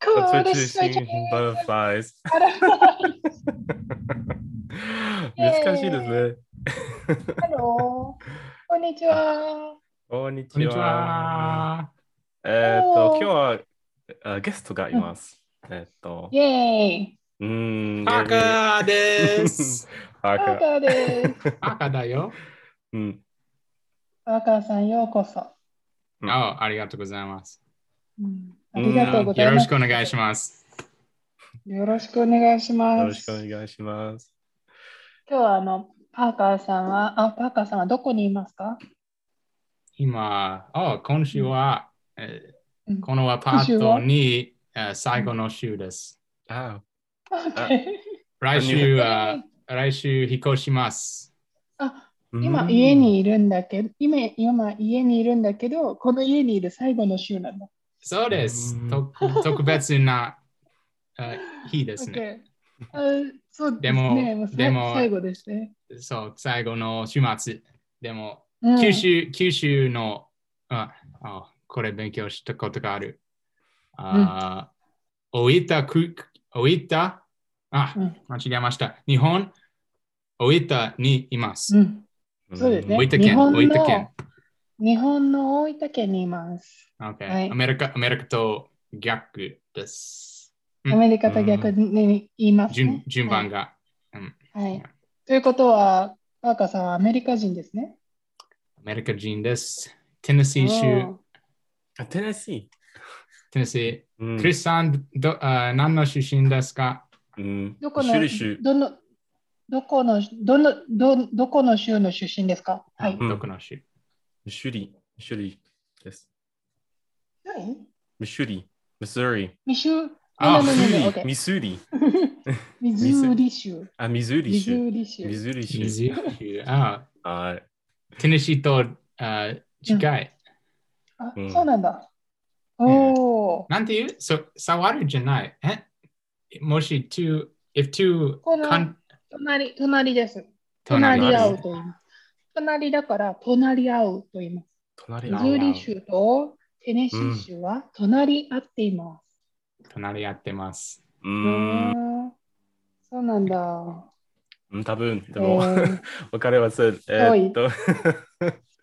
That's what Cool you're as seeing butterflies. 難しいですね。ハロー。こんにちは。こんにこんちにちは。は。えーっ Hello. と、今日はあゲストがいます。えーっと、イェーイ。うーん、パーカー ー です。パーワーカカー。ーです。パーカーだよ。うん、ワーカーさん、ようこそ。うんあありがとうございます。うんありがとうござよいろましす。くお願いします。よろしくお願いしよまろしす。くお願いします。今日はあのパーカーさんは、あ、パーカーさんはどこにいますか今、あ今週は、えーうんこのアパートにえー最後の週です。あ来週は、来週引っ越します。あー今家。にいるんだけど、今今家にいるんだけど、この家にいる最後の週なんだ。そうですうん。と特別なえー日で すね。 OK あそうでですもね。うさいでも最後ですね。そう、最後の週末。でも、うん九州、九州の、あ、あこれ勉強したことがある。あ大分区、大分、あ、うん間違えました。日本、大分にいます。うんそうですね大分日県、本大の分県。日本の大分県にいます。 Okay はいアメリカ、アメリカと逆です。うんアメリカと逆に言います、ね順順番が、が。はいはいということは、パーカーさんはアメリカ人ですね。アメリカ人です。テネシーう州、んテネシテネシー。うー。んクリスさん、どあ何の出身ですかうんどこのシュリシュどのどこのどのどどこの州の出身ですかはい。うんどこの州ミシュリ、ミシュリです。何ミシュリ、ミスーリ。ミシュああミうんスうんうんー OK リ、ミスーリ。ミズーリ州。あ、ミズーリミズ州。ーリミ州。ズーリミ州。ズーリ州あはい。テネシーとあ近い。あう、んそうなんだ。んおお。なんていうそ触るじゃない。えもし、two, if two この con- 隣隣です。隣隣り合あうと言います。隣だから隣り合うと言います。ミ隣ズあずーリ州とテネシー州は隣り合っています。隣やってます。ううーん、んそうなんだ。うん多分でえも、 ーわかりません。え遠いーっと、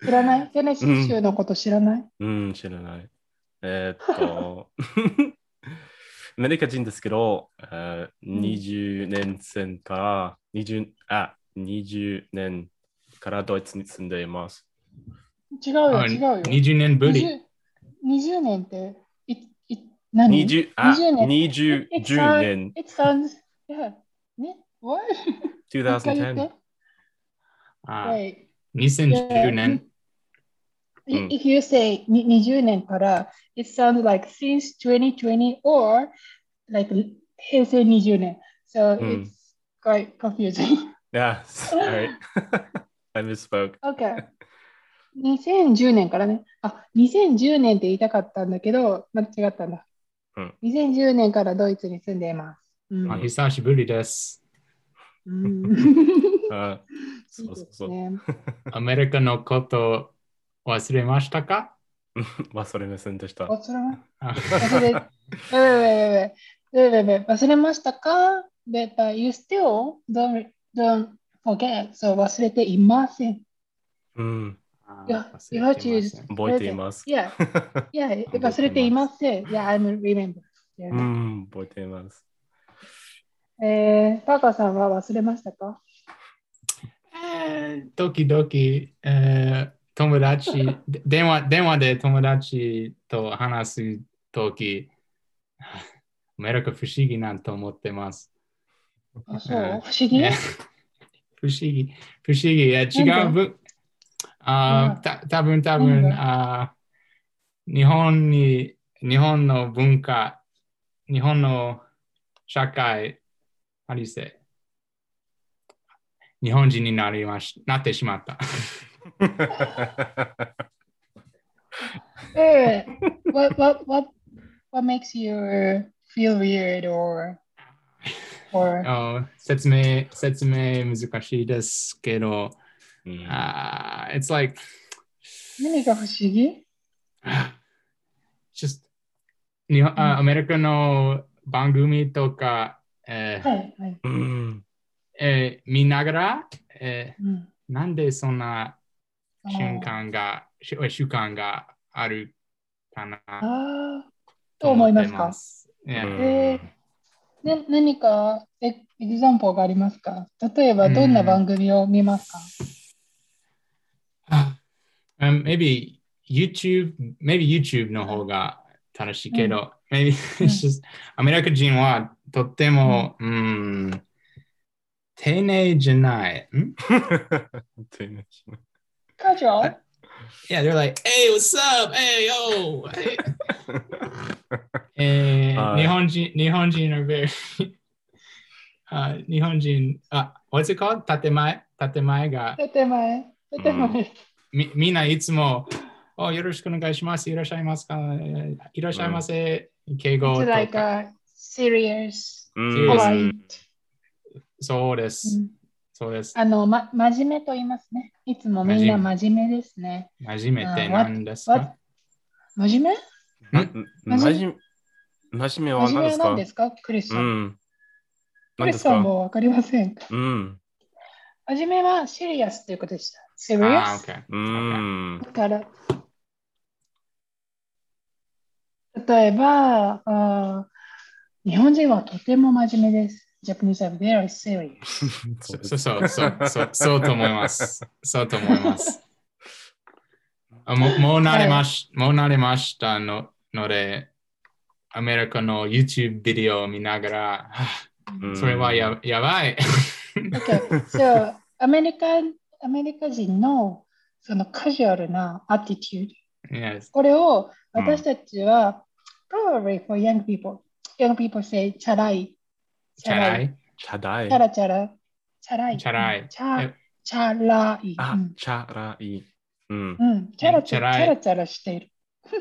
知らないテネシー州のこと知らないうん、知らない。えーっと、 アメリカ人ですけど、えーん20年前から、20、あ、20年からドイツに住んでいます。違うよ、あ違うよ。 20年ぶり。 20 20年って、いい何20、あ、 20年20 It 10年 sounds- It sounds, yeah. ね What? もう一回言っ2010て。あ Wait. 2010年。 Mm. If you say に20年から it sounds like since 2020 or like 平成20年。So Mm. it's quite confusing. Yeah, sorry. I misspoke. Okay. 2010年からね。あ、2010年って言いたかったんだけど、間違ったんだ。うん2010年からドイツに住んでいます。うんあ久しぶりです。うん。あいそいうで そうそすう。ね。アメリカのこと忘れましたか忘れませんでした。おそらくあ忘れ、ええええええ忘れましたか ?But uh, you still don't, don't forget, so 忘れていません。うん、あ Yeah, 忘れてません覚えています。 Yeah, yeah, 覚えてます忘れていません。Yeah, I remember. う Yeah. ん、覚えています。えー、パーカーさんは忘れましたかえー時々、えー友達 で電話、電話で友達と話す時、 アメリカ不思議なと思ってます。あそううん不思議 不思議、不思議、え違う分、あーた多分多なん分であー日本に、日本の文化、日本の社会、ありせ、日本人になりましなってしまった。ええ what, what, what, what makes you feel weird or, or あ説明、説明難しいですけど、うんあー it's like, 何が不思議 just 日本うんあアメリカの番組とか、えーはい、はい。うん。えー見ながら、えうんーなんでそんな瞬。間が、し習慣があるかなあーと思ってます。う Yeah. んえね、何かエエグザンポがありますか例えばどんな番組を見ますか、 Um, maybe YouTube, maybe YouTube の方が楽しいけど、maybe it's just アメリカ人はとっても、うん、丁寧じゃない。ん丁寧しないカジュアル Yeah, they're like, hey, what's up? Hey, yo! Hey. えーはい日本人、日本人 are very あ日本人、あ、what's it called? 建前建前が建前。建前です。み、みんないつも、およろしくお願いします。いらっしゃいますかえーいらっしゃいませ。敬語 It's と like か。 a serious, う polite. ん。そうでうす。んそうです。あの、ま、真面目と言いますね。いつもみんな真面目ですね。真面目ってあわ何ですわか真面なじめ、なじめ目は真面何で目は何すかですかクリスさ。うんん。ク何リでスすさんかもわかりませんかうん。真面目は serious ということでした。あ serious? ー、OK。うん。だから、例えば、あー日本人はとても真面目です。Japanese are very serious. そそうそうそうそうそうと思います。そうと思います。あもうもう慣れまし、もう慣れましたのので、アメリカの YouTube ビデオを見ながら、はあそれはややばい。 Okay, so アメリカアメリカ人のそのカジュアルなアティチュード。 yes. これをうん私たちは、probably for young people, young people say チャラい。チャラ。い。チャダチイャ。ラチャラ。チャラい。チャラいチャえチャラい。あうん、チャライ。うん。うん、チャラチャラチチャャララいチャラしている。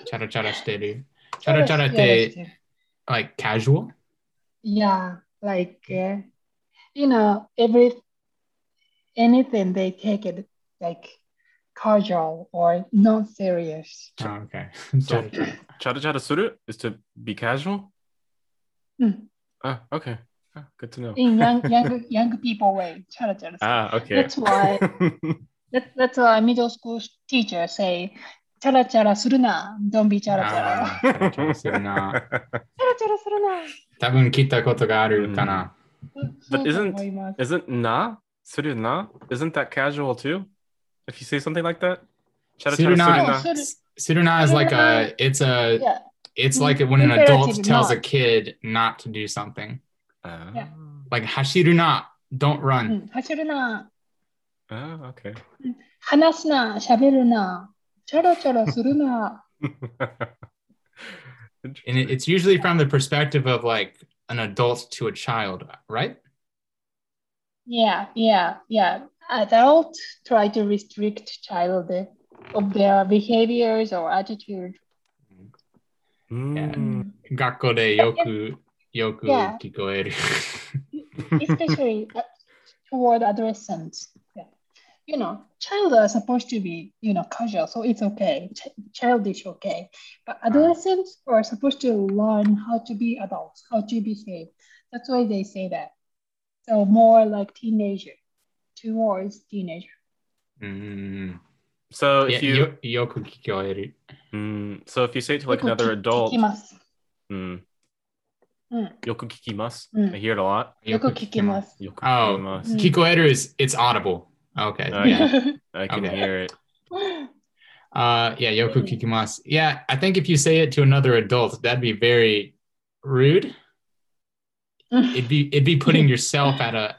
チャラチャラしてる。チャラチャラってしてる。 like casual? Yeah, like uh, you know, every anything they take it like casual or not serious. あ Oh, okay. チそャうラチャラ。チャラチャラする is to be casual? うん。あ、OK。あ good to know. In young young young people way, チャラチャラする。あ、OK。 That's why that, that's why middle school teacher say チャラチャラするな、don't be チ Um, ャラチャラ。あーチャラチャラするな。チャラチャラするな。多分聞いたことがあるかな。うんそ But うだと思います Isn't na? Suru na? Isn't that casual too? If you say something like that? チャラチャラなすそるな。う Sudana is like a it's a Yeah, it's like when an Imperative adult tells a not. kid not to do something. あー Yeah. Like hashiru na, don't う run. ん、走るな。あー、OK。 話すな、喋るな。チャラチャラするな。 And it, it's usually from the perspective of like an adult to a child, right? Yeah, yeah, yeah. Adults try to restrict child uh, of their behaviors or attitude. うー Mm. 学校でよく-よく Yeah. 聞こえる。 Especially uh, toward adolescents. Yeah. You know, child are supposed to be, you know, casual, so it's okay. Ch- childish, okay. But adolescents are supposed to learn how to be adults, how to behave. That's why they say that. So more like teenager, towards teenager. うん。 So if you よ-よく聞こえる。 Mm, so if you say it to like よく聞- another adult, 聞きます。 mm, うん。 yokukikimasu. Mm. I hear it a lot. よく聞きます。 Yokukikimasu. うん。聞こえる is it's audible. Okay. Oh, yeah. yeah. I can Okay. hear it. Uh, yeah, yoku kikimasu. Yeah, I think if you say it to another adult, that'd be very rude. It'd be it'd be putting yourself at a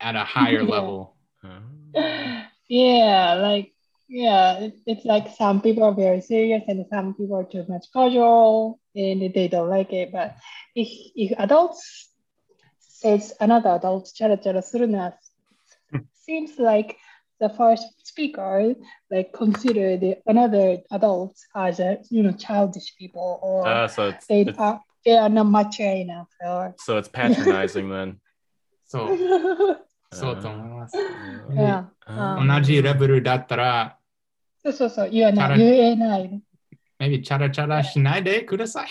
at a higher Yeah. level. Oh. yeah, like yeah, it, it's like some people are very serious and some people are too much casual and they don't like it. But if if adults says another adult chara chara suruna seems like the first speaker like consider the another adult as a you know childish people or Ah, so it's, they it's- are they are not mature enough or so it's patronizing then. Ah. So Oh. so と思います。 Uh, yeah. 同じレベルだったら、そうそうそう、言わなからい、言えない。え maybe チャラチャラしないでください。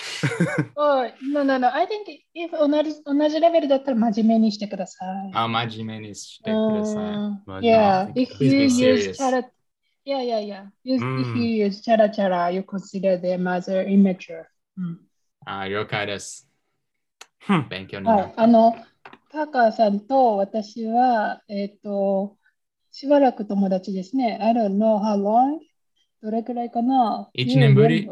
Oh, no, no, no. I think if 同じ同じレベルだったら真面目にしてください。あ、真面目にしてくださ Mm, い。まあ、 yeah, でも if please you be use serious. chara, yeah, yeah, yeah. If, if Mm. you use chara chara, you consider them as uh, immature. Mm. あ、了解です。 Hmm. 勉強になはるい、。あの、パーカーさんと私は、えっ、と、しばらく友達ですね。I don't know how long. どれくらいかな一年ぶり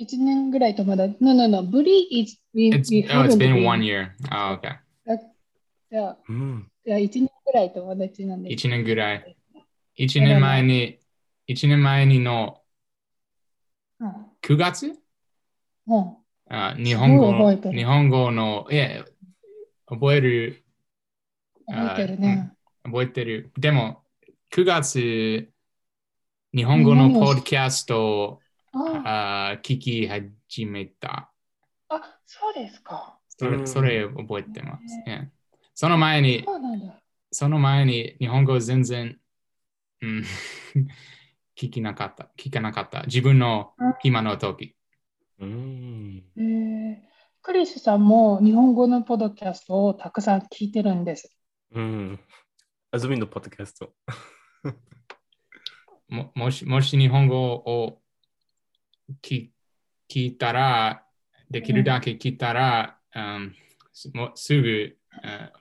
?1 年ぐらい友達。No, no, no. ぶり is we, It's, we oh, it's haven't been been. one year. Oh, あ、o k じゃあうん。じゃあ1年ぐらい友達なんです。 1年ぐらい。1年前に、1年前にのうん。 9月うん。あ日本す語ごい覚えてる日本語の、いや、覚える、覚えてるね。覚えてる。でも、9月、日本語の何をポしッドキャストをああ聞き始めた。あ、そうですか。それ,、うんそれ覚えてます。Yeah その前に、そうなんだ。その前に日本語全然、うん、 聞きなかった。聞かなかった。自分の今の時。うん。えー、クリスさんも日本語のポッドキャストをたくさん聞いてるんです。うん。あずみんのポッドキャスト。ももしもし日本語を聞聞いたら、できるだけ聞いたら、うんすもすぐ、うん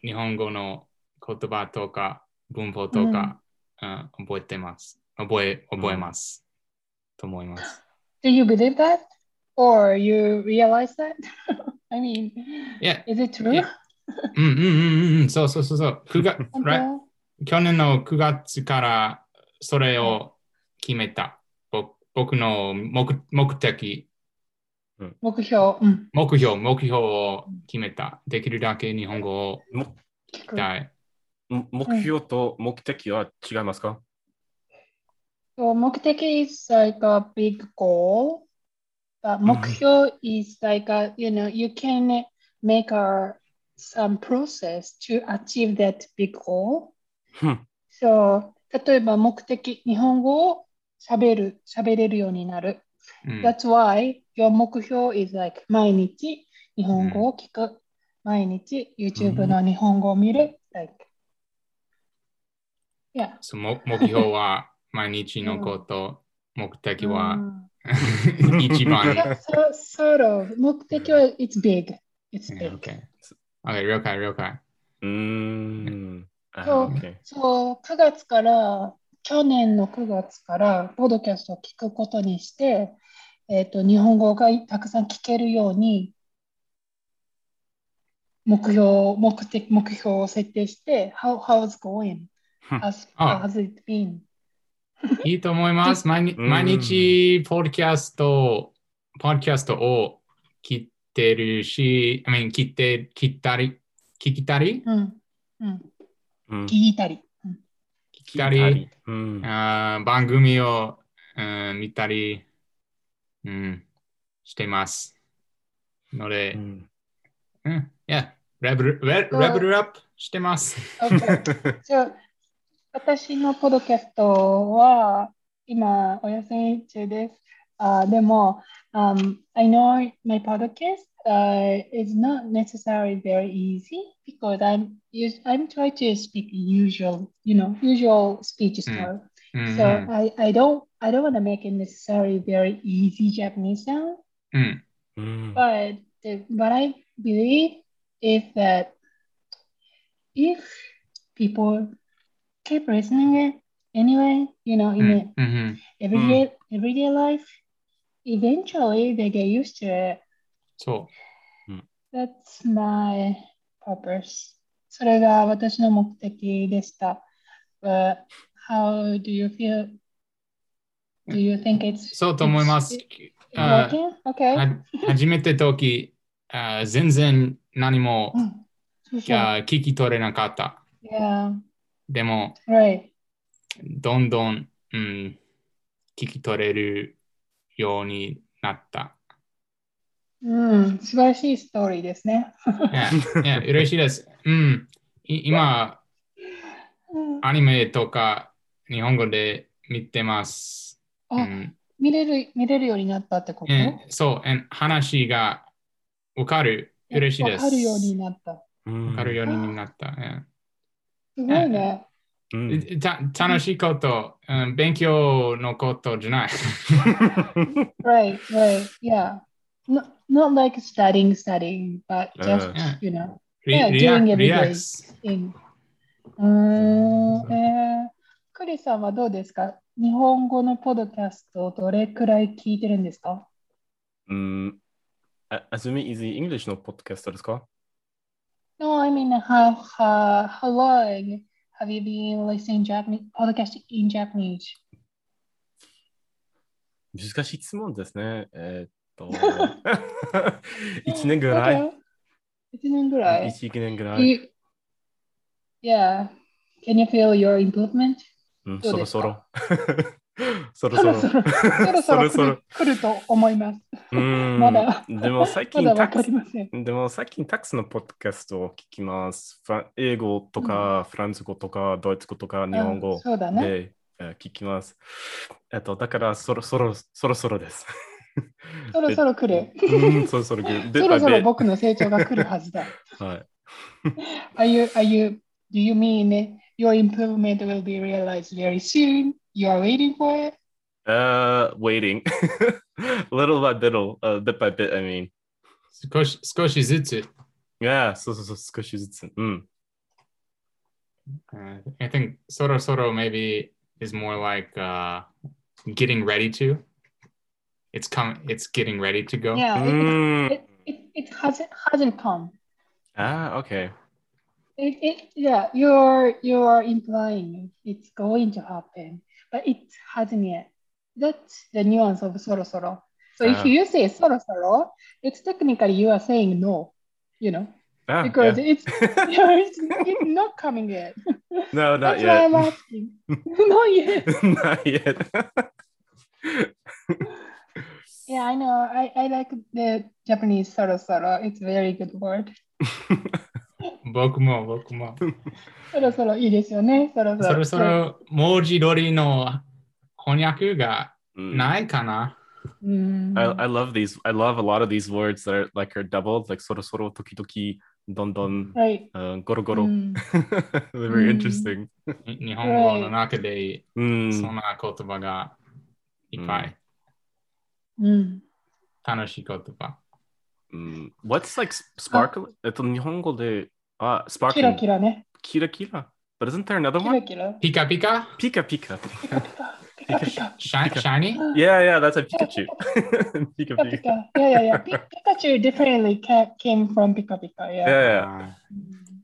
日本語の言葉とか文法とか、うん覚えてます。覚え覚えます、と思います。 Do you believe that? Or you realize that? I mean, いや、 is it true? Yeah. うんうんうんうんうん、そうそうそうそう。9月本当 right 去年の9月からそれを決めた。ぼ僕の目目的。目標、うん、目標、目標を決めた。できるだけ日本語をも聞聞きくたい。も目標と目的は違いますか、 So, 目的 is like a big goal. But ん目標 is like a, you know, you can make a, some process to achieve that big goal. うん、 So, 例えば目的、日本語を喋る、喋れるようになる。うん That's why your 目標 is like 毎日日本語を聞く、毎日 YouTube の日本語を見る、like yeah その目目標は毎日のこと、目的うはんん 一 番。 Yeah, so, sort of 目的は it's big it's ね big、 OK。OK、了解、了解。うーん。あそう OK そう9月から去年の9月からポッドキャストを聞くことにしてえっ、と日本語がたくさん聞けるように目標目的目標を設定して how how's going うん how's あ how's it been いいと思います。毎日、うん毎日ポッドキャスト、ポッドキャストを聞いてるし、I mean、聞いて、聞いたり、聞きたり、うんうんうん聞いたり、うん聞きたり、うん。あー番組を、うん見たり、うん、してます。ので、うんうん、いや、レベル、レそうレベルアップしてます。 Okay. じゃあ私のポッドキャストは今お休み中です。あでも、um, I know my podcast、is uh, not necessarily very easy because I'm, us- I'm trying to speak usual, you know, usual speech style. うん So I, I don't, I don't want to make it necessarily very easy Japanese sound. うん、うん。 But the, what I believe is that if people keep listening it anyway, you know, うん、うん、 in うん their everyday everyday life, eventually they get used to it. そ That's my purpose. それが私の目的でした。But how do you feel? Do you think う、 it's そうと思います。あ working? ー Okay. は初めて時、あー全然何もうんそうそうあー聞き取れなかった。 Yeah. でも、 Right. どんどん、うん、聞き取れるようになった。うん、素晴らしいストーリーですね。い や、いや嬉しいです。うん、い今、アニメとか日本語で見てます。うあ、ん、見れる、見れるようになったってこと And so, and 話がわかる。嬉しいです。わかるようになった。うんわかるようになった。うんすごいね。うんた楽しいこと、うん、勉強のことじ ゃない。 right, right. Yeah. Not, not like studying, studying, but just, Uh. you know, リ Yeah, リラ doing every day. リラックス。 in. うーん、えー、クリさんはどうですか日本語のポッドキャストをどれくらい聞いてるんですか うん。あ、あずみ、is the English のポッドキャストですか No, I mean, how, how, how long have you been listening Japanese podcast in Japanese? 難しい質問ですね。えーっ と、1年ぐらい。一年ぐらい。 1、1年ぐら Do い。 you- Yeah. Can you feel your improvement? うん、どそうでろすそろか。 そろそ ろ。 そろそろそろそそろろ来る来ると思い ます。う ん。まだでも最ま近だタわかクりません。でも最近タックスのポッドキャストを聞きます。フラン英語とかフランス語とかドイツ語とか日本うん語そうだね。でえー聞きます。えっと、だからそろそろそろそろです。そろそろ来る。うん、そろそろ来 る。でそろそろで僕の成長が来るはず だ。はい。 Are you, are you, do you mean your improvement will be realized very soon? You are waiting for it? Uh, waiting. little by little, uh, bit by bit, I mean. 少し少しずつ。 Yeah, そうそうそう、少しずつ。うん。 Uh, I think Soro Soro maybe is more like uh, getting ready to. It's coming. It's getting ready to go. う Yeah, it, ん。 it, it, it hasn't, hasn't come. ああ、OK。 It, it, yeah, you're you're implying it's going to happen, but it hasn't yet. That's the nuance of soro soro. So if Ah. you say soro soro, it's technically you are saying no, you know, あ because yeah. it's, it's it's not coming yet. No, not That's why I'm yet. asking. not yet. not yet. Yeah, I know. I, I like the Japanese soro soro. It's a very good word. Bokumo, bokumo. そろそろいいですよね。そろそろ。 Soro Soro moji dori no honyaku ga うん nai kana. うん。 I, I love these. I love a lot of these words that are like are doubled, like soro soro, toki toki, don don, right. Mm. uh, goro う goro. ん They're very Mm. interesting. Nihongo no naka de Mm-hmm. Mm. sona kotoba ga ippai. うん。 Tanoshi kotoba. Mm. What's like s- sparkle? Uh, It's Nihongo de ah キラ sparkling. キラね。 Kira kira. But isn't there another キラ one? キラ。 Pika pika? Pika pika. ピカピカ。ピカピ カ。 Shi- shiny? Yeah, yeah, that's a Pikachu. pika ピカピ pika. カ。Yeah, yeah, yeah. ピピカチュウ definitely ca- came from ピカピカ。 Yeah, Yeah. yeah.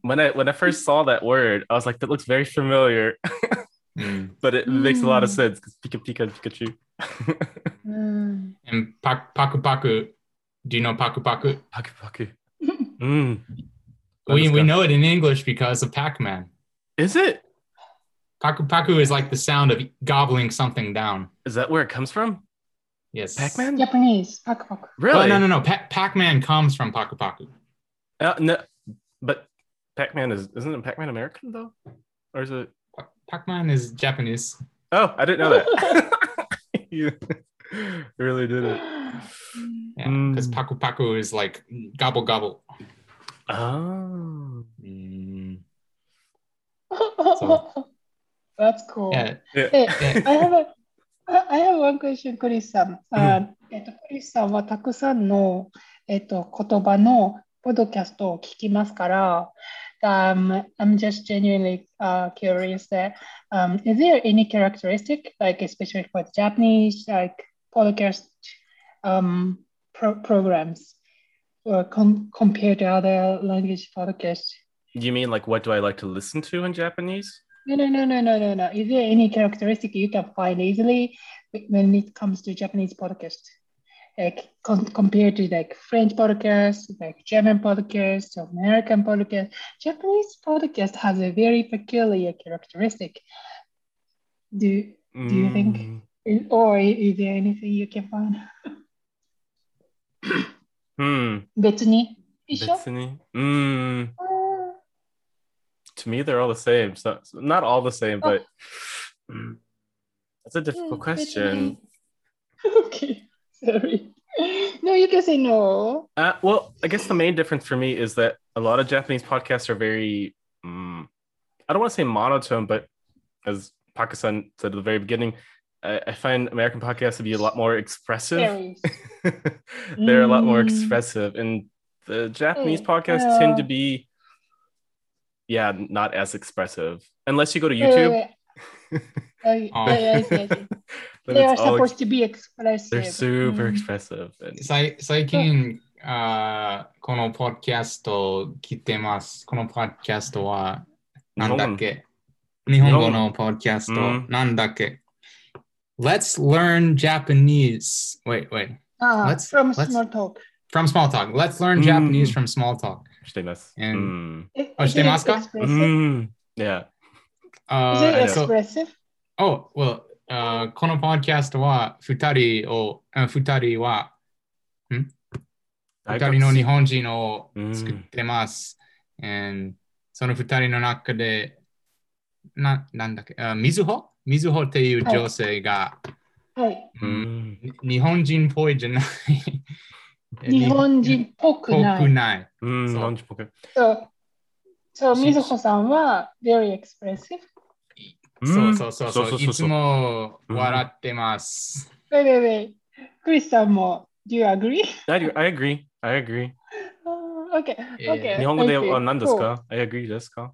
When I when I first saw that word, I was like, that looks very familiar, Uh, mm. but it makes a lot of Mm. sense because Pika Pika and Pikachu. うん Mm. And pak- paku paku. Do you know paku paku? Paku Paku. Mm. We, Let's we go. know it in English because of Pac-Man. Is it? Paku paku is like the sound of gobbling something down. Is that where it comes from? Yes. Pac-Man? Japanese. パクパク。 Really? Oh, no, no, no. Pa- Pac-Man comes from paku paku. Uh, no. But Pac-Man is isn't Pac-Man American though? Or is it? Pa- Pac-Man is Japanese. Oh, I didn't know that. you really did it. Yeah, because Mm. paku paku is like gobble gobble. Oh. So- That's cool. Yeah. Yeah. Hey, I have a I I have one question, クリスさん。あえっと、クリスさんはたくさんの、えっと、言葉のポッドキャストを聞きますから、um, I'm just genuinely、uh, curious that、um, is there any characteristic, like especially for the Japanese, like podcast um, pro programs or com compared to other language podcasts? You mean like what do I like to listen to in Japanese? No, no, no, no, no, no, no. Is there any characteristic you can find easily when it comes to Japanese podcast? Like con compared to like French podcast, like German podcast, or American podcast. Japanese podcast has a very peculiar characteristic. Do Do you think? Mm. or is there anything you can find? Hmm. 別に一緒 Bitsune? Mm. To me, they're all the same. So not all the same, but Mm. that's a difficult Oh. Mm, question. okay, sorry. No, you can say no. Uh, well, I guess the main difference for me is that a lot of Japanese podcasts are very, mm, I don't want to say monotone, but as Pakistan said at the very beginning, I, I find American podcasts to be a lot more expressive. Very. They're a lot Mm. more expressive, and the Japanese Mm, podcasts tend to uh, be, yeah, not as expressive unless you go to Wait, wait, YouTube. wait. Oh, y- Oh. yeah, yeah, uh, I see, I see. Then They are it's all ex- supposed to be expressive. they're super Mm. expressive. And, さい最近、あーこのポッドキャストを聞いてます。このポッドキャストは oh, なんだっけ日本語のポッドキャスうトんなんだっけ ?Let's learn Japanese. Wait, wait. Ah, Let's- from let's- small talk. From small talk. Let's learn うん Japanese from small talk. しています。 And- うん。 I- Oh, Eh, is it shitemasu ka? expressive? mm. Yeah. Uh, Is あ it ー so- expressive? Uh, Oh, well, あーこのポッドキャストは2人を、あ2人は2人の日本人を作ってます。And その2人の中で、ななんだっけ、あみずほみずほっていう女性が、はい。うん。に日本人っぽいじゃない。 日本人っぽくっぽなくい。ない。うん。そう。日本人っぽく。そう、そう、しみずほさんは very expressive。そううん。そうそうそう。そうそうそうそう。いつも笑ってます。 wait, wait, wait. クリスさんも do you agree? I do- I agree. I agree. Ah, okay, えー okay. え日本語で thank you. そうは何ですか ?I agree ですか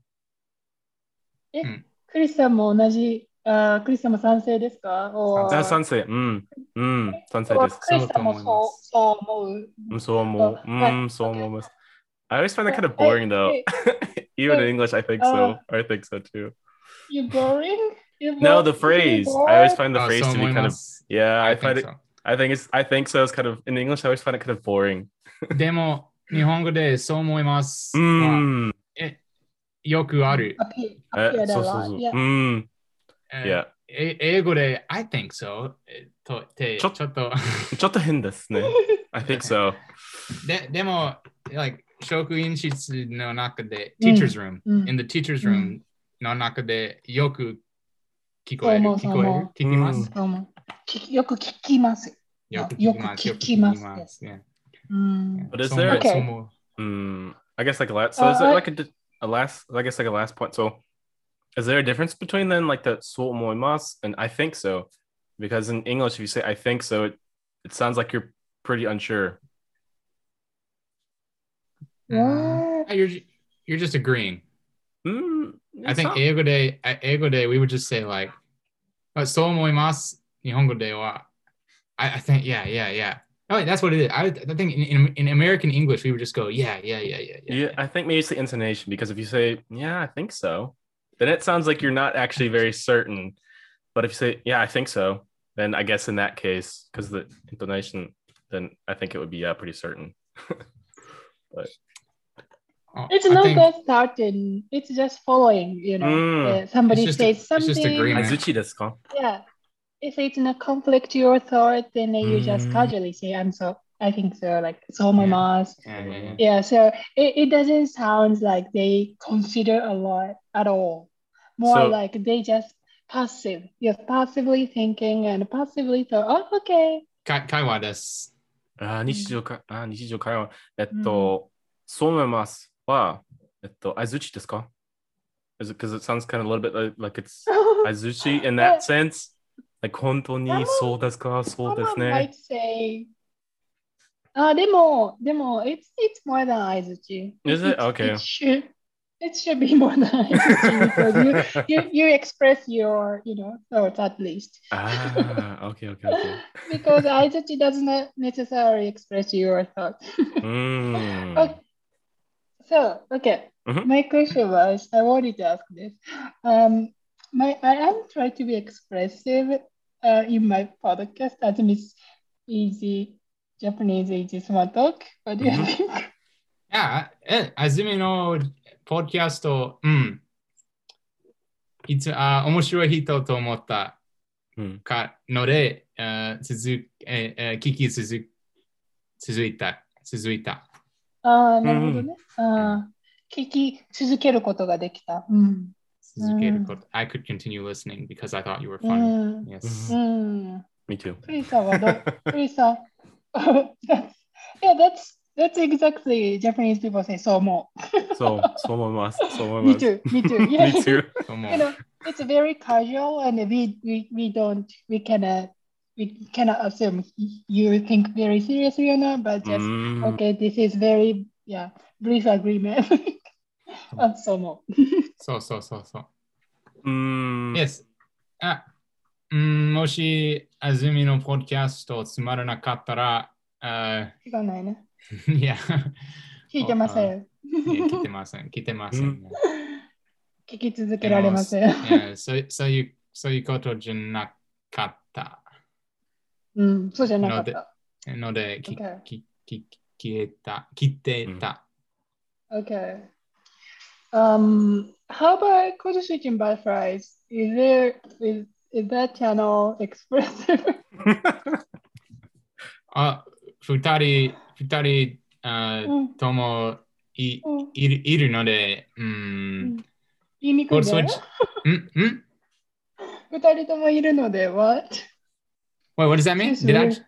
クリスさんも同じ、あークリスさんも賛成ですかおあ Mm, 賛成。うん。うん。賛成です。クリスさんもそうそう思う。Mm, うん、そう思う。うん、そう思います。I always find that kind of boring though. え Even in English, I think so. Uh, I think so too. You boring? You No, boring? the You phrase. bored? I always find the あ phrase そう to 思 be kind いま of す。 yeah. I I find think it. so. I think it's. I think so. It's kind of in English. I always find it kind of boring. でも、日本語でそう思います。うん。えよくある。 appear, appear えそう a そ lot. うそう。 Yeah. うん。え Mm. Yeah. え英語で I think so えっとってちちょょっと ちょっと変で すね。I think so. ででも、like, 職員室の中でうん teacher's room、うん in the teacher's う room の中でよく聞こえるそう思う聞こえそう思る聞きます、うんどうも聞きよく聞きます。よく聞よきくます聞きますよく聞きますねうん。 But is そう思う there- そう思う Mm, I guess like a last. So is Uh, there I- like a, di- a last? I guess like a last point. So is there a difference between then like the so moimas and I think so? Because in English, if you say I think so, it, it sounds like you're pretty unsure. うん What? you're, ju- you're just agreeing Mm, I it's think not- 英語であ英語で we would just say like あそう思います日本語では I, I think yeah yeah yeah Oh, that's what it is. I, I think in, in, in American English, we would just go, yeah, yeah, yeah, yeah, yeah. yeah, I think maybe it's the intonation because if you say yeah, I think so, then it sounds like you're not actually very certain. But if you say yeah, I think so, then I guess in that case, because the intonation, then I think it would be yeah, pretty certain. Oh, It's I not think- that starting. It's just following. You know, Mm. Uh, somebody It's just a- says it's just something. agreement. Azuchi desu ka? Yeah. If it's in a conflict to your thought, then you just Mm. casually say, "I'm so." I think so. Like it's all my Yeah. mask. Yeah, yeah, yeah. Yeah. So it, it doesn't sound like they consider a lot at all. More So- like they just passive. You're passively thinking and passively thought. Oh, okay. か会話です。あー日常か、あー日常会話。えっと、そう思いますは、えっと、相づちですか Is it because it sounds kind of a little bit like, like it's 相づち in that sense? Like 本当にそうですかそうです Someone ね。 might say, ah, でも、でも、it's, it's more than 相づち。 Is it? It's- Okay. It should, it should be more than 相づち because you, you, you express your, you know, thoughts at least. ああ、OK, OK, OK. Because 相づち doesn't necessarily express your thoughts. うーん。 Okay. So, okay. Mhm. My question was, I wanted to ask this. Um, my I am trying to be expressive uh, in my podcast as Miss Easy Japanese Easy Small Talk. What do you Mhm. think? いや、え、あずみのポッドキャスト、うん。いつ、あ、面白い人と思ったうんかので、えー続くえーえー聞き続く続いた、続いた。ああ、なるほどね。ああ、聞き続けることができた。うん。続けること。I could continue listening because I thought you were う funny. ん。 Yes. うん。 Me too. クリスさんは どうクリスさん that's, Yeah, that's, that's exactly Japanese people say そう思 So, そう思います。そう思います。う。Me too, me too. Yeah. Me too. と思う you know, it's very casual, and we we, we don't we cannot we cannot assume you think very seriously or not. But just Mm. okay, this is very yeah brief agreement. and so more. そうそうそうそう。 Mm. Yes. あ、うん、もし、あずみのポッドキャストつまらなかったら、あいや、いや 聞いてません。聞いてませんね。聞かないね。聞き続けられません。うん、そうですね。いやそうそういう、そういうことじゃなかったそうじゃなかった。ので、き、Mm, Okay. き、き、消えた、切ってた。 Okay. Um, how about Kodoshuchin Butterflies? Is there is is that channel expressive? あ、二人、二人、あうんともい、Mm. いる、いるので、うん、ポッド言いにくいね。うん、うん二人ともいるので、what? Wait, what does that mean? Did I?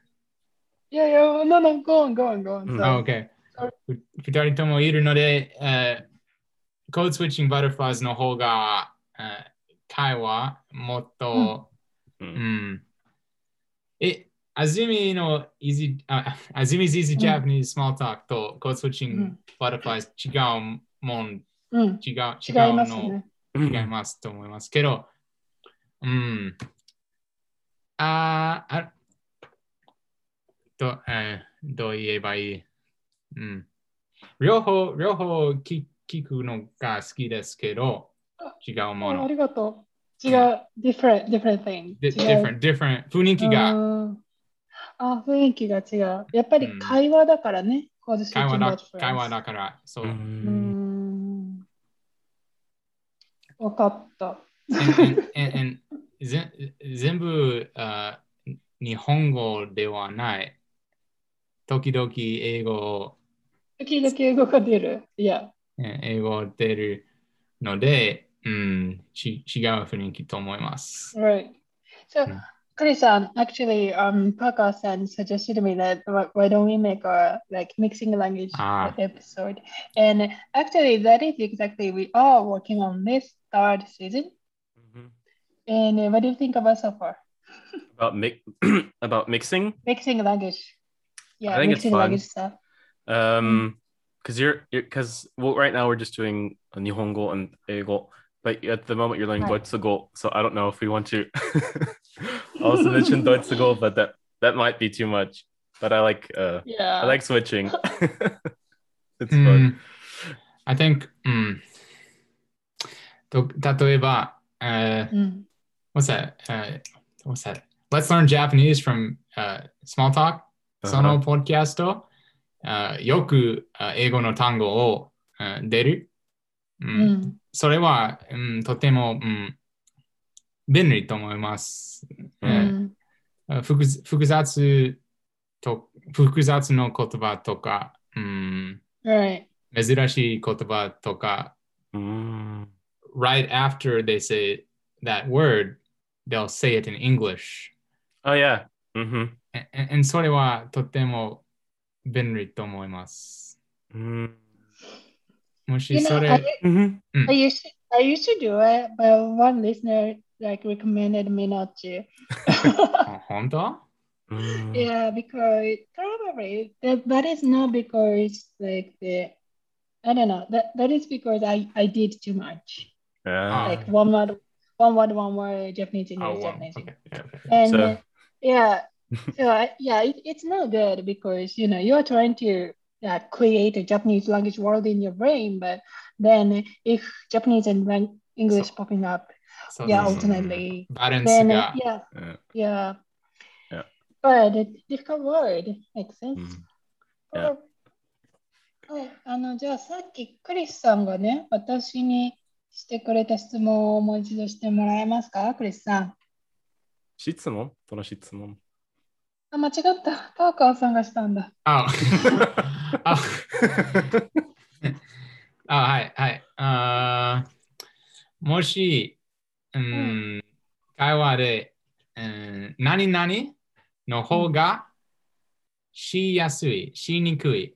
いやいや、no, no, go on, go on, go on. うん Sorry. Oh, okay. そうふ二人ともいるので、えー、コードスイッチングバタフライズの方が、えー、会話もっと、ううんん。え、あずみの easy、ああずみ 's easy Japanese small talk とコードスイッチンうグんバタフライズ違うもん、うん、違う、違う違いのますね。 Mm. 違いますと思いますけど、うん。あーあ、ど,、えーどう言えばいい、うん、両方、両方聞聞くのが好きですけど、違うもああの。りがとう。違う、different, different thing. で different, different 雰囲気うが、んあ、雰囲気が違う。やっぱり会話だからね、コードシ会ーチ話ンバだトル。会話だから、そう。 Mm. わかった。 and, and, and, and ぜ全部あ日本語ではない。時々英語を 時々英語が出る。いや、えー英語出るので、うん、ち違う雰囲気と思います。 right. So, Hmm. うん Kuri-san, actually, um, Parker-san suggested me that wh- why don't we make a like mixing language Ah. episode? And actually, that is exactly we are working on this third season. Mhm. And uh, what do you think about so far? About mi- about mixing, Mixing language. Yeah, think it's mixing fun. language stuff. um, because you're because well, right now we're just doing Nihongo and Eigo, but at the moment you're learning Right. Deutsche, so I don't know if we want to also mention Deutsche, but that that might be too much. But I like uh, Yeah. I like switching. it's う fun. ん、I think、うん、と例えば、えー Mm. what's that?、what's that? Let's learn Japanese from、Small Talk、そ Uh-huh. のポッドキャスト、あよくあ英語の単語をあ出る、うん Mm. それは、うん、とても、うん、便利と思います。え Mm. ー複雑複雑と複雑の言葉とか、うん、 Right. 珍しい言葉とか、 Mm. right after they say that word, they'll say it in English. Oh yeah. hmm a- a- and それはとても便利と思います。 Mm. も You し know, そ I, れ、 hmm I used to, I used to do it, but one listener like recommended me not to. あ本当 Mm-hmm. Mm. yeah, because probably that, that is not because like the I don't know that that is because I I did too much Ah. Yeah. like one word one word one word Japanese English あ Japanese Oh, okay, okay, okay. and So- uh, yeah so I, yeah it, it's not good because you know you're trying to uh, create a japanese language world in your brain but then if japanese and lang- english So- popping up そう yeah そうそう ultimately バランス then uh, が。 yeah Yeah. yeah Yeah. but a difficult word makes sense Mm. Yeah. はい、あのじゃあさっきクリスさんがね私にしてくれた質問をもう一度してもらえますかクリスさん質問どの質問あ間違ったパーカーさんがしたんだ あああ、はい、はい。あーもし、うん、会話で、うん、何々の方がしやすい、しにくい。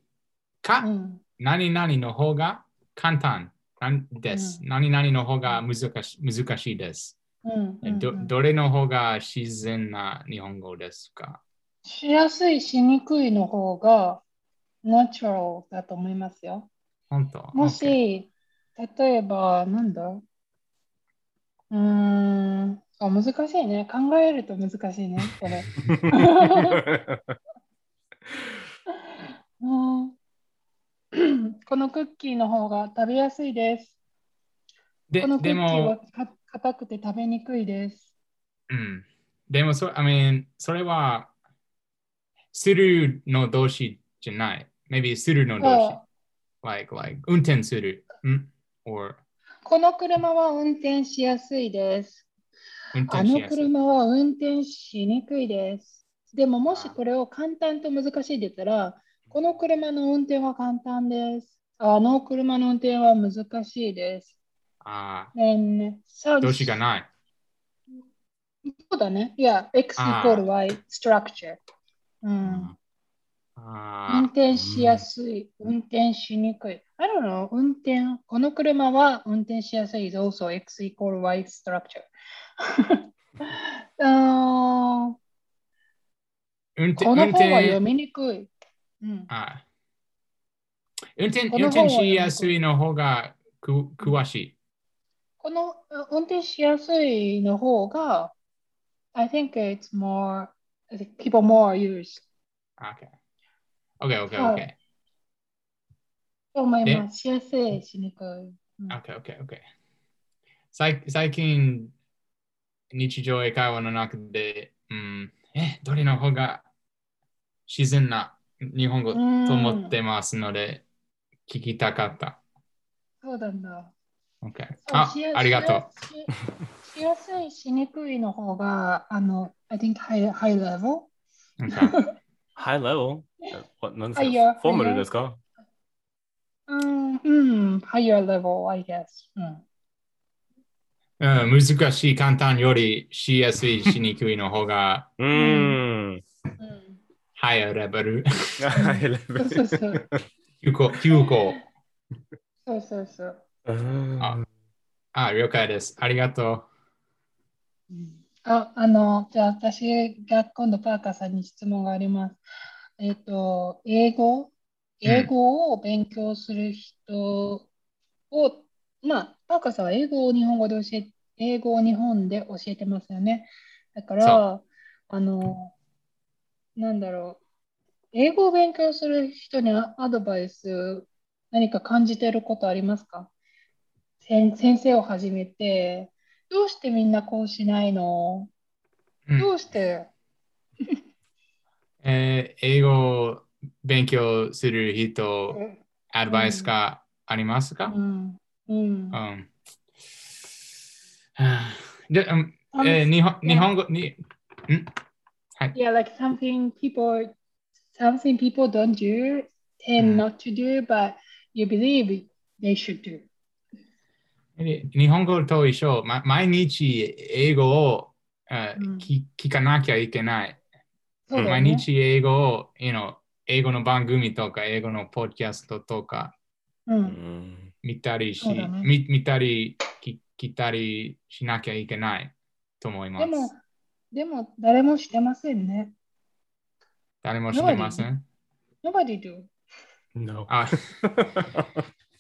か、うん何々の方が簡単なんです。何々の方が難し難しいです、うんうんど。うんどれの方が自然な日本語ですかしやすいしにくいの方がナチュラルだと思いますよ。本当もし、例えば、なんだうーんあ、難しいね。考えると難しいね、こ れ。うん このクッキーの方が食べやすいです。でこのクッでキーはも、か硬くて食べにくいです。うん、でもそ、I mean, それはするの動詞じゃない。maybe するの動詞あ。 like, like 運転する。ん or この車は運転しやすいです。運あ転しのやすい。車は運転しにくいです。でももしこれを簡単と難しいでたら、この車の運転は簡単です。あの車の運転は難しいです。あ Then, あ、動詞がい。ない。そうだね。いや、X イあコール Y、structure。うん。運あ転しやすい、運転しにくい。I don't know, 運転、この車は運転しやすい is also X equal Y structure. あーあ、運転この運本は読転みにくい。うん、あ運転こ運の本は転しやすいの方がく詳しい。このあ運転しやすいの方が、I think it's more, I think people more use Okay. Okay, okay, は okay. いと思いねます。しやすい、しにくい。うん Okay, okay, okay. さい最近、日常英会話の中で、うん、え、どれの方が自然な日本語と思ってますので、聞きたかった。そうなんだ。そ Okay. うあしや、ありがとう。。ししやすい、しにくいの方が、あの、I think high, high level? Okay. High level? Uh, What, なんですはいよかフォーマルですかうん、うん、higher level, I guess. うん。うん、難しい、簡単よりしやすい、しにくいの方がうーん。 higher level、 High うん、そうそうそ level. う。 有効、有効。そうそうそう。うーんあ、了解です。ありがとう。あ、あの、じゃあ私が今度パーカーさんに質問があります。えっと、英語、うん英語を勉強する人を、まあ、パーカーさんは英語を日本語で教え、英語を日本で教えてますよね。だから、あの、なんだろう、英語を勉強する人にアドバイス、何か感じてることありますか先先生を始めて、どうしてみんなこうしないのうんどうしてえー英語を勉強する人、アドバイスがありますか、うん。うんう。んでうんあのえー日本うん日本語に、 Yeah, like something people, something people don't do, tend うん not to do, but you believe they should do. え日本語と一緒、ま、毎日英語を、あうん聞聞かなきゃいけない。そうだよ毎ね。日英語を、you know 英語の番組とか、英語のポッドキャストとかう。うんん見たりし、そうだね見見たり聞聞たりしなきゃいけないと思います。でも、でも誰もしてませんね。誰も知りません。 Nobody do. No. あ、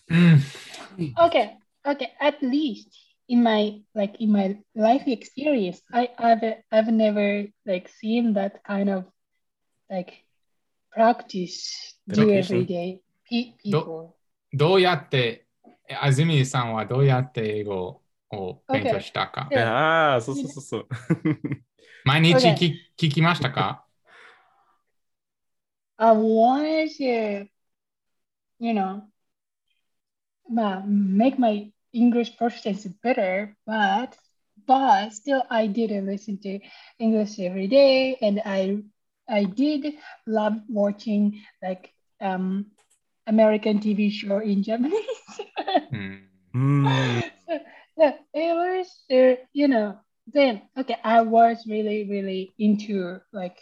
うん。 Okay, okay. At least in my like in my life experience, I I've I've never like seen that kind of like practice do every Dedication. day. Pe- people. どうやって、え安住さんはどうやって英語を勉強したか、 Okay. ああ、そうそうそうそう。毎日 Okay. 聞聞きましたか I wanted to, you know, ma- make my English proficiency better, but but still I didn't listen to English every day, and I I did love watching like um American TV show in Japanese. うん。うーん。 So, yeah, it was uh, you know then okay i was really really into like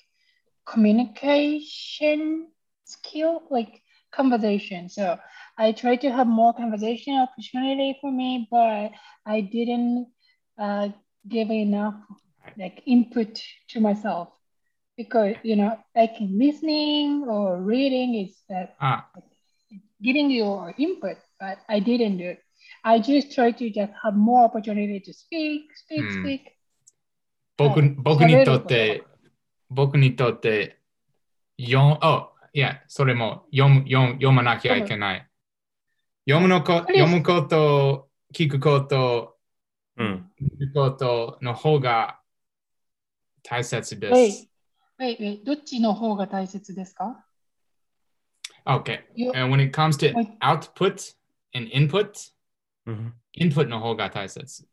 communication skill, like conversation. So I tried to have more conversation opportunity for me, but I didn't uh, give enough like input to myself because you know like listening or reading is uh, あ、 giving your input, but I didn't do it. I just tried to just have more opportunity to speak, speak, Hmm. speak. 僕は僕にとっ喋るて、僕にとって、読お、いや、それも読む読む読まなきゃいけない。読むのこれ読むこと、聞くこと、うん。見ることの方が大切です。 Wait, wait, wait. どっちの方が大切ですか Okay. You- And when it comes to はい output and input, うん。 input の方が大切。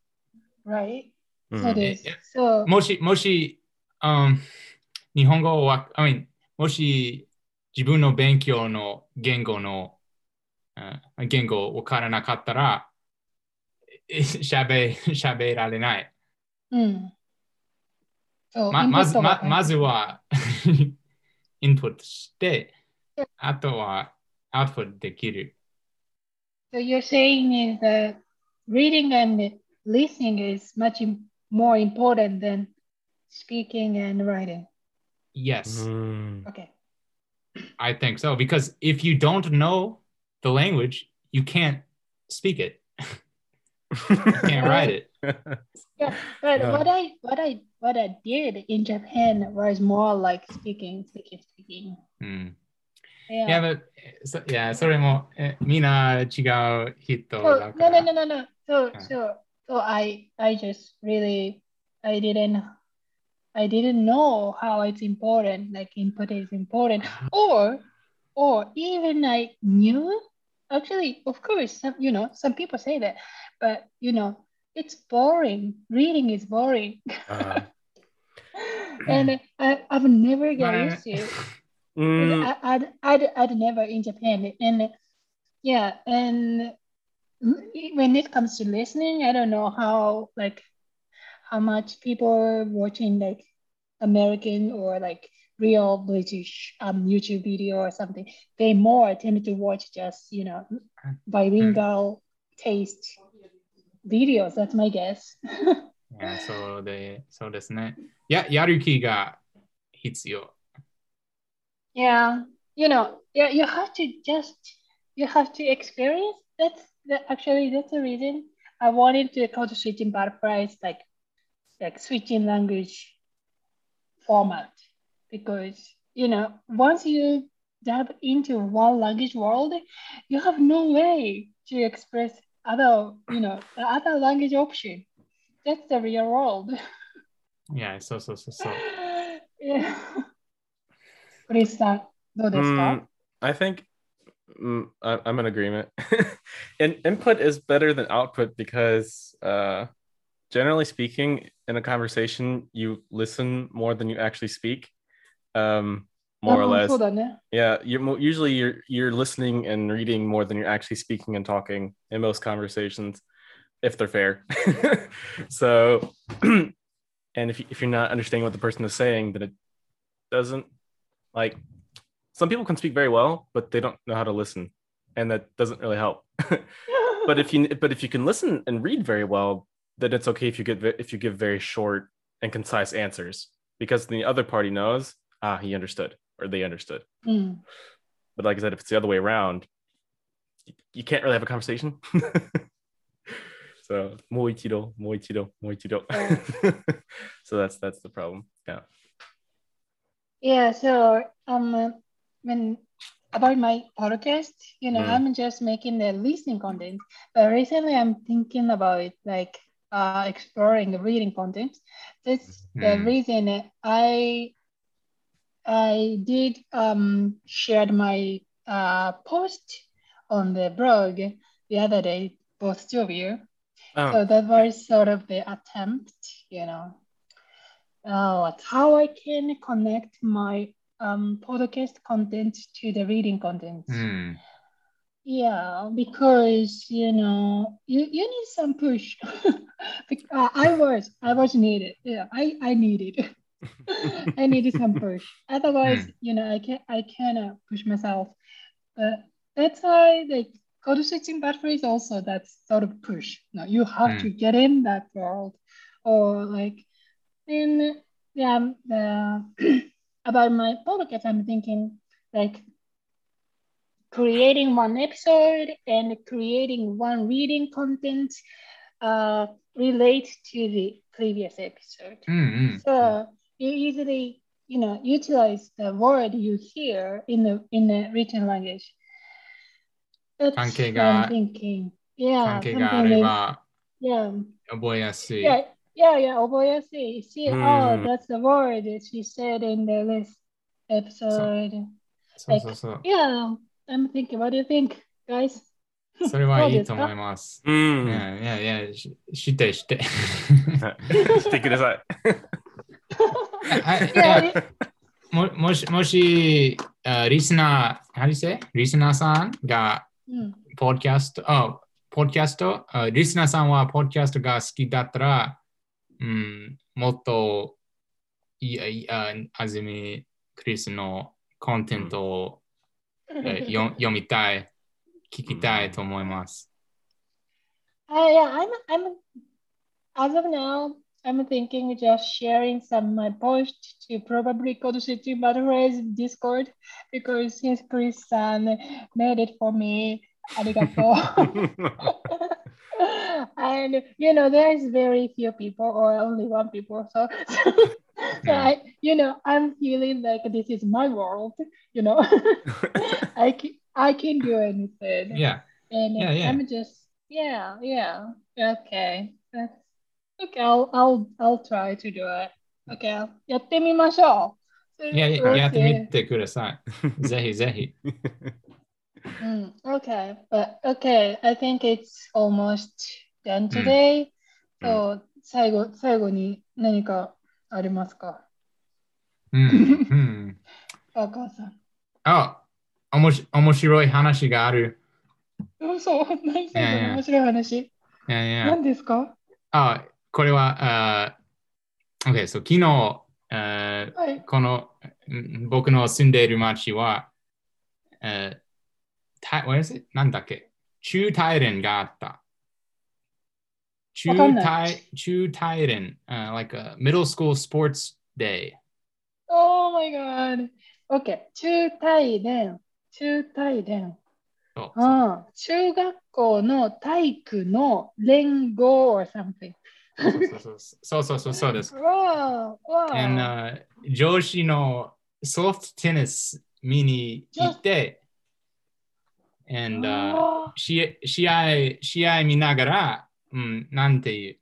Right? うんそうですえ。そう。もし、もし、um, 日本語は、I mean, もし自分の勉強の言語の、あ言語わからなかった ら、え喋喋られない。うん。そう。ままず hmm. Oh, input がままず はインプットして、あとはアウトプットできる。 So you're saying is that reading and listening is much im- more important than speaking and writing. Yes. うん Okay. I think so because if you don't know the language, you can't speak it, can't write it. Yeah, but Yeah. what I what I what I did in Japan was more like speaking, speaking, speaking. うん。い Yeah. や、but- そいやそれもえみんな違う人 so だ no no から。 no no no. So Yeah. so so I I just really I didn't I didn't know how it's important, like input is important. Or or even I knew actually of course some you know some people say that, but you know, it's boring. Reading is boring. あー and I, I've never got Nah. used to it. う Because ん。 I, I'd, I'd, I'd never in Japan. And yeah, and when it comes to listening, I don't know how like how much people watching like American or like real British um, YouTube video or something. They more tend to watch just you know bilingual taste videos. That's my guess. いやそうでそうですね。ややる気が必要。 Yeah, you know, yeah, you have to just you have to experience. That's that actually that's the reason I wanted to go to switching butterflies like like switching language format because you know once you dive into one language world, you have no way to express other you know the other language option. That's the real world. いやそうそうそうそう。 yeah. uh, クリスさん、どうですか？ Mm, I think mm, I, I'm in agreement. and input is better than output because, uh, generally speaking, in a conversation, you listen more than you actually speak, um, more or あ less. そうだね。 Yeah, you're mo- usually you're you're listening and reading more than you're actually speaking and talking in most conversations, if they're fair. so, and if you- if you're not understanding what the person is saying, then it doesn't like some people can speak very well, but they don't know how to listen, and that doesn't really help. but if you but if you can listen and read very well, then it's okay if you get ve- if you give very short and concise answers because the other party knows ah he understood or they understood. うん、 But like I said, if it's the other way around, y- you can't really have a conversation. so moichido, moichido, moichido. so that's that's the problem. Yeah. yeah, so um, when about my podcast, you know, Mm. I'm just making the listening content, but recently I'm thinking about like uh, exploring the reading content. That's the Mm. reason I I did um shared my uh post on the blog the other day, both two of you. Um, So that was sort of the attempt, you know, uh, like how I can connect my um, podcast content to the reading content. うん。 Yeah, because you know, you, you need some push. Bec- uh, I was I was needed. Yeah, I I needed. I needed some push. Otherwise, you know, I can I cannot push myself. But that's why like go to switching batteries also that's sort of push. No, you have Mm. to get in that world. Or like in yeah um, the about my podcast, I'm thinking like creating one episode and creating one reading content uh, relate to the previous episode. うんうん。 So you usually, you know, utilize the word you hear in the in the written language. That's Kanke what I'm ga- thinking. Yeah. 関係があ something れ like- ば yeah. 覚えやすい。 Yeah. Yeah, yeah, oboyase. See, oh, Mm. Hmm. that's the word that she said in the last episode. そうそうそう。 Yeah, I'm thinking, what do you think, guys? それはいいと思います。い Mm. やいやいや、ししてして。 Stick it aside. あい Yeah, や it- ももし、もし、あリスナー、何せリスナーさんが、 mm, ポッドキャスト、あ、ポッドキャスト、あリスナーさんはポッドキャストが好きだったら、うん、もっと、いや、いや、あずみ、クリスのコンテンツを、え Hmm. よ読みたい、聞きたいと思います。 Uh, yeah, I'm I'm as of now, I'm thinking just sharing some my post to probably Code City Batteries Discord because since Chris san made it for me, arigato. and you know, there's very few people or only one people, so so I, you know, I'm feeling like this is my world, you know. I can I can do anything. いや、 And Yeah, yeah. I'm just yeah, yeah. Okay. That's okay, I'll I'll I'll try to do it. Okay. やってみましょう。いや、い We'll ややって see. みてください。ぜひぜひ。 Mm, okay, but okay, I think it's almost done ん today. So 最後最後に何かありますか、うん。うんお母さ ん。あ、おもし面白い話がある。嘘、何そいやいれや面白い話。いやいや何ですか？あ、これは、あ OK、そう、昨日、あはい。このん僕の住んでいる町は、えーた what is it? なんだっけ中大連があった。中わかんない大中大連、uh, like a middle school sports day. Oh my god. Okay, 中体連、中体連。そうそうああ、中学校の体育の連合 or something. そうそうそうそうそ うです。 Wow, wow. And, uh, 上司のソフトテニス見に行って、and, uh, 試合試合試合見ながら、うん、なんていう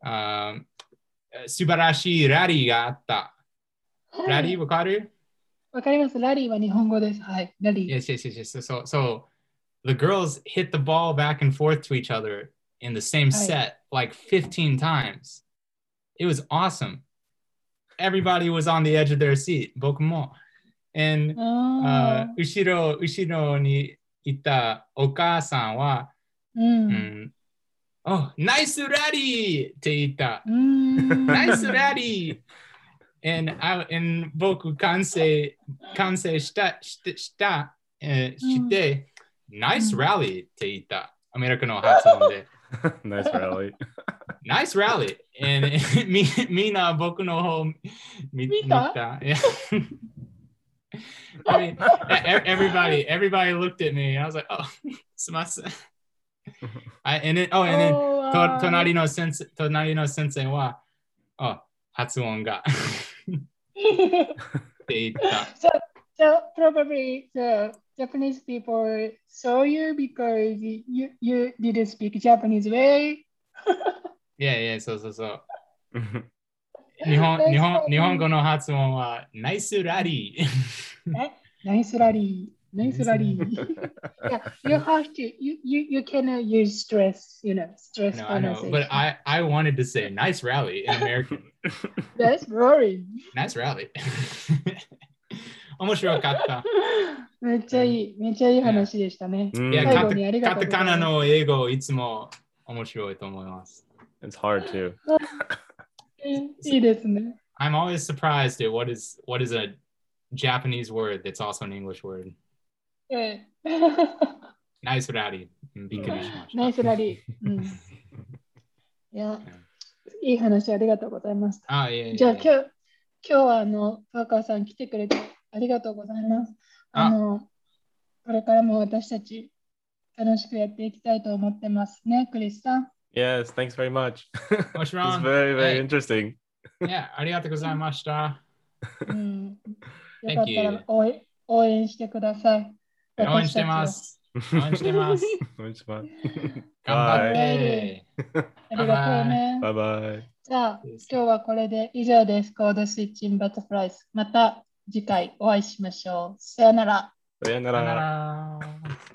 あー素晴らしいラリーがあった。あラリーわかるわかります。ラリーは日本語です。はい、ラリー。 ?Yes, yes, yes, yes. So, so the girls hit the ball back and forth to each other in the same Right. set like 15 times. It was awesome. Everybody was on the edge of their seat. 僕も。And uh, ああー後ろ、後ろにいたお母さんは、ーうん。 Oh, nice rally! って 言った。うーん。 Nice rally! and, I, and 僕、完成、完成した、して、した、えーして、Nice rally! って言った。アメリカの 発音で。 nice rally. nice rally! and みみんな僕の方見見た見た Yeah. I mean, e- everybody, everybody looked at me. I was like, oh, すみ ません。I, and then, oh, and then, おーと隣の先生隣の先生は、あ、発音が って言った。 so, so probably the Japanese people saw you because you, you didn't speak Japanese way. いやいや、そうそうそう。日本日本日本語の発音は、ナイスラリー。ナイスラリー。ナイスラリー。yeah, you have to, you, you, you cannot use stress, you know, stress no, I know, but pronunciation. I, I wanted to say nice rally in American. That's boring. nice rally. 面白かった。めっちゃいい、めっちゃいい話でしたね。いや、最カ後にありタがカとうタございますカナの英語いつも面白いと思います。 it's hard too. いいですね。 I'm always surprised at what is what is a Japanese word that's also an English word. ええナイスラリー。びっくりしました。ナイスラリー。うん、いや、いい話ありがとうございました。あ、いえいえ。じゃあ今日、今日はあの、パーカーさん来てくれてありがとうございます。ああの、これからも私たち楽しくやっていきたいと思ってますね、クリスさん。 Yes, thanks very much. it's What's wrong? very, very Hey. interesting. いや、ありがとうござい ました。うん、よか Thank ったら you. 応援応援してください。応援してま。す。応 援して ます。 Which one? 頑張って。ありがとうね。 bye bye. じゃあ、今日はこれで以上です。コードスイッチンバタフライズ。また次回お会いしましょう。さよなら。 Sayonara. さよなら